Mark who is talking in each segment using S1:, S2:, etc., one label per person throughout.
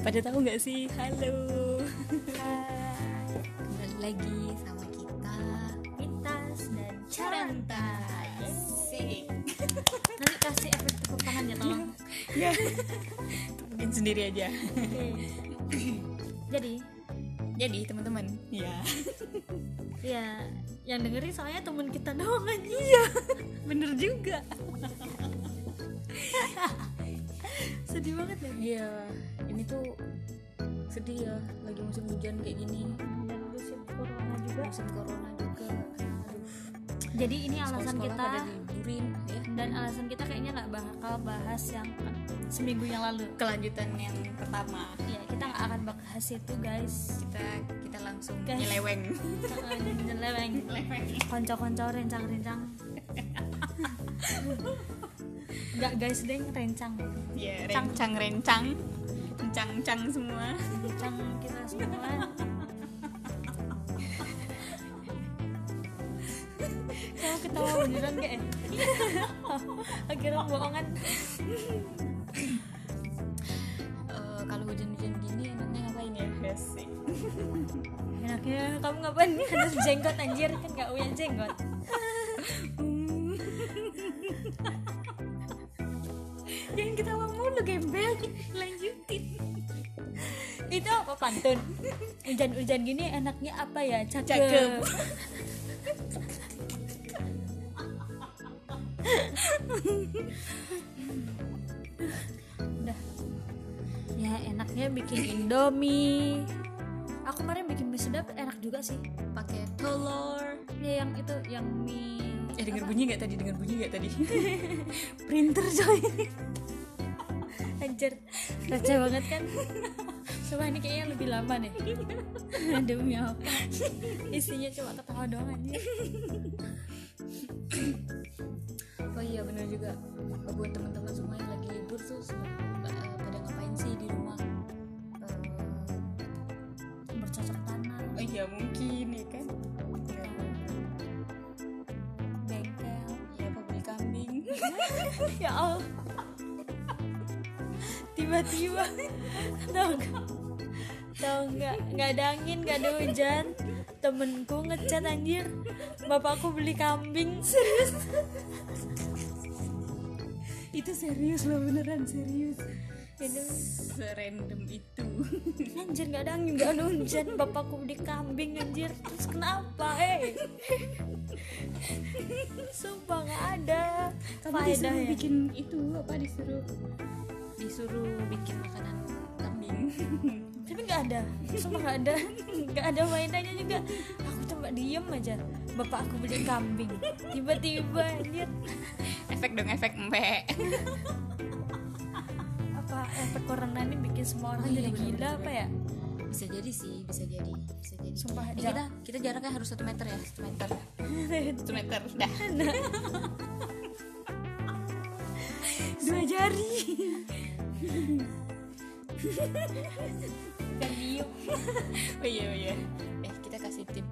S1: pada tahu nggak sih halo
S2: Hai,
S1: kembali lagi sama kita
S2: Pintas dan
S1: Carantas.
S2: Asik. Nanti kasih efek tepuk tangan ya tolong.
S1: ya mungkin sendiri aja
S2: Jadi,
S1: jadi teman-teman ya
S2: ya yang dengerin soalnya temen kita doang aja.
S1: bener juga
S2: Sedih banget ya.
S1: iya ini tuh sedih ya lagi musim hujan kayak gini
S2: Dan musim corona juga.
S1: musim corona juga
S2: Jadi ini alasan
S1: Sekolah-sekolah pada
S2: kita
S1: liburin ya
S2: dan alasan kita kayaknya nggak bakal bahas yang seminggu yang lalu.
S1: kelanjutan yang pertama
S2: Ya kita nggak akan bahas itu guys.
S1: kita kita langsung
S2: Guys.
S1: nyeleweng
S2: Jeleweng. konco-konco rencang-rencang nggak guys deng rencang
S1: ya
S2: Cang.
S1: rencang rencang rencang cang semua
S2: rencang kita semua kamu ketawa beneran gak ya? akhirnya bohongan
S1: Eh, kalau hujan-hujan gini enaknya ngapain ya basic
S2: enaknya kamu ngapain harus jenggot anjir kan gak punya jenggot jangan ketawa mulu gembel lanjutin itu apa pantun hujan-hujan gini enaknya apa ya cakep,
S1: Cakep.
S2: udah ya enaknya bikin indomie aku kemarin bikin mie sedap enak juga sih
S1: pakai telur
S2: ya yang itu yang mie
S1: eh dengar
S2: apa?
S1: bunyi nggak tadi dengar bunyi nggak tadi
S2: printer coy anjir receh banget kan Sumpah ini kayaknya lebih lama deh Demi apa Isinya cuma ketawa doang aja
S1: oh iya benar juga buat teman-teman semua yang lagi libur tuh semua- eh, pada ngapain sih di rumah Eh,
S2: Bercocok tanam
S1: oh iya mungkin ya kan
S2: Bengkel
S1: ya apa beli kambing
S2: Ya Allah Tiba-tiba Tau gak Tau gak Gak ada angin Gak ada hujan Temenku ngecat anjir Bapakku beli kambing Serius
S1: itu serius loh beneran serius
S2: Ya dong.
S1: serandom itu
S2: Anjir gak ada angin gak ada hujan Bapakku beli kambing anjir Terus kenapa eh Sumpah gak ada Faedahnya.
S1: bikin itu apa disuruh ya. disuruh bikin makanan kambing
S2: Tapi gak ada Sumpah gak ada Gak ada faedahnya juga Aku coba diem aja Bapak aku beli kambing Tiba-tiba anjir
S1: efek dong efek empek
S2: Apa efek corona ini bikin semua orang
S1: Oh iya,
S2: jadi
S1: bener,
S2: gila
S1: bener,
S2: apa
S1: bener.
S2: ya
S1: bisa jadi sih bisa jadi bisa jadi
S2: Sumpah,
S1: Eh,
S2: jar-
S1: kita kita jaraknya harus satu meter ya satu meter satu meter dah
S2: Dua jari Gak diem
S1: oh iya oh iya eh kita kasih tip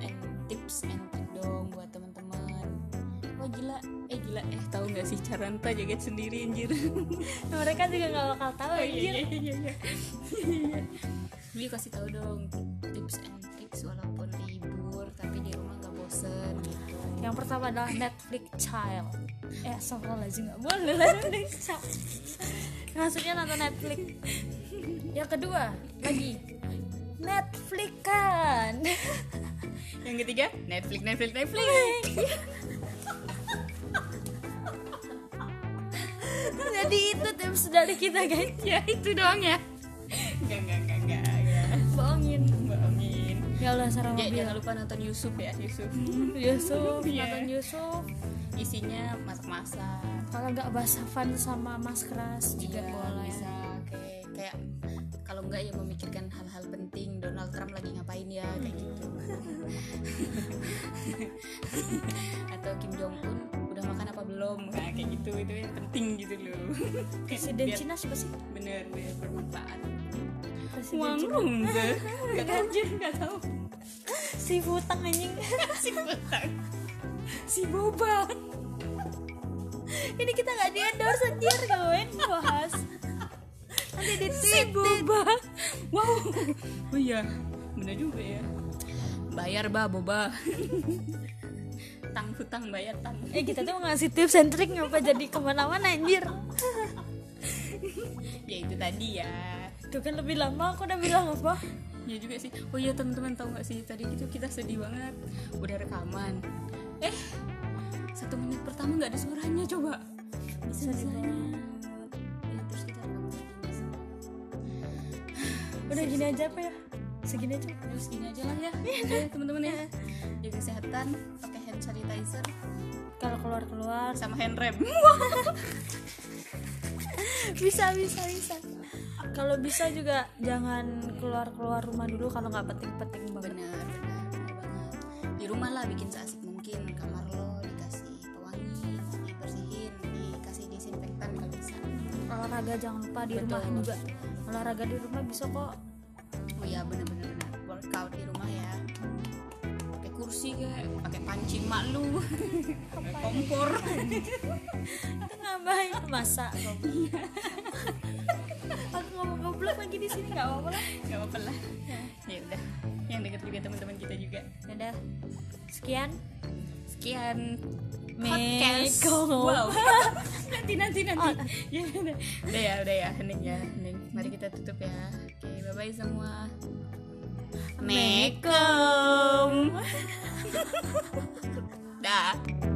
S1: and tips and trick dong buat teman-teman wah gila eh gila eh tahu nggak sih cara anta joget sendiri anjir
S2: Mereka juga gak bakal tahu anjir
S1: iya iya Beli kasih tahu dong tips and tricks walaupun libur tapi di rumah nggak bosen gitu
S2: Yang pertama adalah Netflix Child. Eh, astagfirullahaladzim nggak boleh Netflix Child. Maksudnya nonton Netflix. Yang kedua lagi Netflix kan.
S1: yang ketiga Netflix Netflix Netflix
S2: Jadi itu tips dari kita guys.
S1: ya itu doang ya enggak enggak enggak enggak enggak.
S2: Bohongin.
S1: bohongin
S2: Ya Allah sarang
S1: ya,
S2: mobil.
S1: jangan lupa nonton Yusuf ya Yusuf
S2: Yusuf,
S1: Iya.
S2: nonton Yusuf.
S1: isinya masak-masak
S2: Kalau nggak bahas Havan sama Mas Keras juga
S1: Iya,
S2: boleh.
S1: bisa kayak kayak kalau enggak ya memikirkan hal-hal penting Donald Trump lagi ngapain ya kayak gitu atau Kim Jong Un udah makan apa belum nah, kayak gitu itu yang penting gitu loh
S2: Presiden
S1: Biar-
S2: Cina siapa sih?
S1: bener bener bermanfaat
S2: Presiden
S1: Wang
S2: Cina.
S1: Rong nggak tahu Jun, nggak tahu
S2: Si Futang anjing.
S1: si petang
S2: si boba ini kita nggak di endorse anjir ngapain bahas Ada di si boba.
S1: wow oh iya bener juga ya bayar bah boba tang hutang bayar tang
S2: Eh kita tuh ngasih tips and trick ngapa jadi kemana-mana anjir.
S1: ya itu tadi ya
S2: Itu kan lebih lama aku udah bilang apa?
S1: ya juga sih oh iya teman-teman tahu nggak sih tadi itu kita sedih banget udah rekaman eh satu menit pertama nggak ada suaranya coba
S2: Bisa dibawa.
S1: Ya, terus kita rekam lagi.
S2: Udah gini aja apa ya? Segini aja.
S1: terus gini aja lah ya Ya, teman-teman ya jaga kesehatan pakai hand sanitizer
S2: Kalau keluar-keluar
S1: sama hand rem
S2: bisa bisa bisa. Kalau bisa juga jangan keluar-keluar rumah dulu kalau nggak penting-penting banget.
S1: benar benar benar banget di rumah lah bikin seasik mungkin kamar lo dikasih pewangi dibersihin dikasih disinfektan kalau bisa
S2: olahraga jangan lupa di
S1: Betul.
S2: rumah juga olahraga di rumah bisa kok
S1: oh ya benar benar benar workout di rumah ya pakai kursi kayak pakai pancing mak lu pakai kompor
S2: itu ngapain masa goblok. Iya. aku ngomong goblok lagi di sini nggak apa-apa lah
S1: nggak apa-apa lah ya udah yang dekat juga teman-teman kita juga
S2: udah sekian
S1: sekian
S2: Podcast.
S1: wow nanti nanti nanti ya udah udah ya udah ya hening ya hening mari kita tutup ya oke bye bye semua Mekom dah